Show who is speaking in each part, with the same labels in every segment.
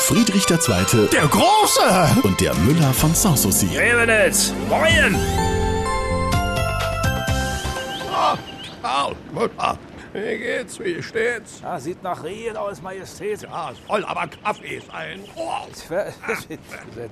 Speaker 1: Friedrich II.
Speaker 2: Der Große!
Speaker 1: und der Müller von Sanssouci.
Speaker 3: Revenitz, moin!
Speaker 2: Ah, Karl, Mutter, wie geht's, wie steht's?
Speaker 3: Ja, sieht nach Rehen aus, Majestät.
Speaker 2: Ja, es soll aber Kaffee sein. Oh,
Speaker 3: Seit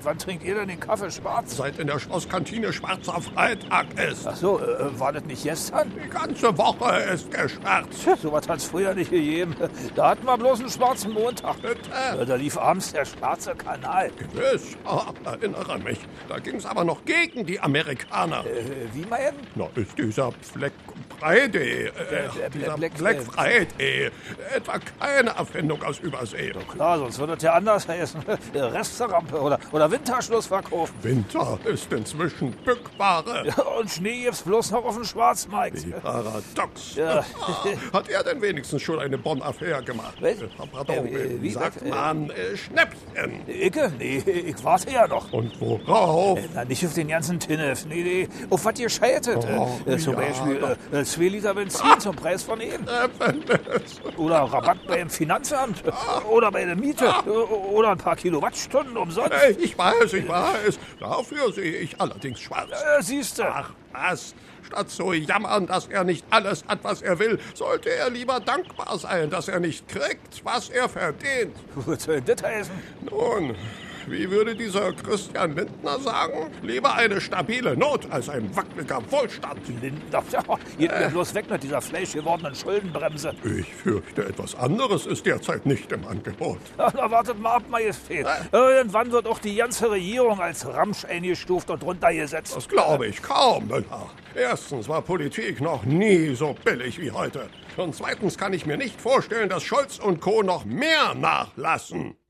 Speaker 3: wann trinkt ihr denn den Kaffee schwarz?
Speaker 2: seit in der Schlosskantine Schwarzer Freitag ist.
Speaker 3: Ach so, äh, war das nicht gestern?
Speaker 2: Die ganze Woche ist der Schwarz.
Speaker 3: Tja, So was hat's früher nicht gegeben. Da hatten wir bloß einen schwarzen Montag.
Speaker 2: Bitte.
Speaker 3: Ja, Da lief abends der schwarze Kanal.
Speaker 2: Ich ah, erinnere mich, da ging's aber noch gegen die Amerikaner.
Speaker 3: Äh, wie mein?
Speaker 2: Na, ist dieser Black Friday, äh,
Speaker 3: der
Speaker 2: dieser
Speaker 3: Black-
Speaker 2: Black, Friday, etwa keine Erfindung aus Übersee.
Speaker 3: Klar, sonst würde das ja anders heißen. Resterampe oder, oder Winterschluss verkaufen.
Speaker 2: Winter ist inzwischen Bückware.
Speaker 3: Und Schnee gibt's bloß noch auf dem Schwarzmarkt.
Speaker 2: Paradox.
Speaker 3: Ja.
Speaker 2: Hat er denn wenigstens schon eine Bonn-Affaire gemacht?
Speaker 3: Was?
Speaker 2: Äh, Pardon,
Speaker 3: Äh, wie-
Speaker 2: wie sagt
Speaker 3: was? Äh,
Speaker 2: man äh, Schnäppchen?
Speaker 3: Icke? Nee, ich warte ja noch.
Speaker 2: Und worauf?
Speaker 3: Na, nicht auf den ganzen Tinnef, nee, nee. Auf was ihr scheitert.
Speaker 2: Oh,
Speaker 3: äh, zum
Speaker 2: ja,
Speaker 3: Beispiel
Speaker 2: doch.
Speaker 3: äh, 2 Liter Benzin zum Preis von eben.
Speaker 2: äh,
Speaker 3: Oder Rabatt beim Finanzamt.
Speaker 2: Ah.
Speaker 3: Oder bei der Miete. Oder ein paar Kilowattstunden umsonst.
Speaker 2: Äh, Ich weiß, ich weiß. Dafür sehe ich allerdings schwarz.
Speaker 3: Äh, siehst du.
Speaker 2: Ach was, statt zu jammern, dass er nicht alles hat, was er will, sollte er lieber dankbar sein, dass er nicht kriegt, was er verdient.
Speaker 3: Was soll das heißen?
Speaker 2: Nun, wie würde dieser Christian Lindner sagen? Lieber eine stabile Not als ein wackeliger Wohlstand.
Speaker 3: Lindner. Geht
Speaker 2: Äh.
Speaker 3: mir bloß weg mit dieser fleischgewordenen Schuldenbremse.
Speaker 2: Ich fürchte, etwas anderes ist derzeit nicht im Angebot.
Speaker 3: Ja, Na, wartet mal ab, Majestät.
Speaker 2: Äh.
Speaker 3: Irgendwann wird auch die ganze Regierung als Ramsch eingestuft und runtergesetzt.
Speaker 2: Das glaube ich kaum, Müller. Erstens war Politik noch nie so billig wie heute. Und zweitens kann ich mir nicht vorstellen, dass Scholz und Co. noch mehr nachlassen.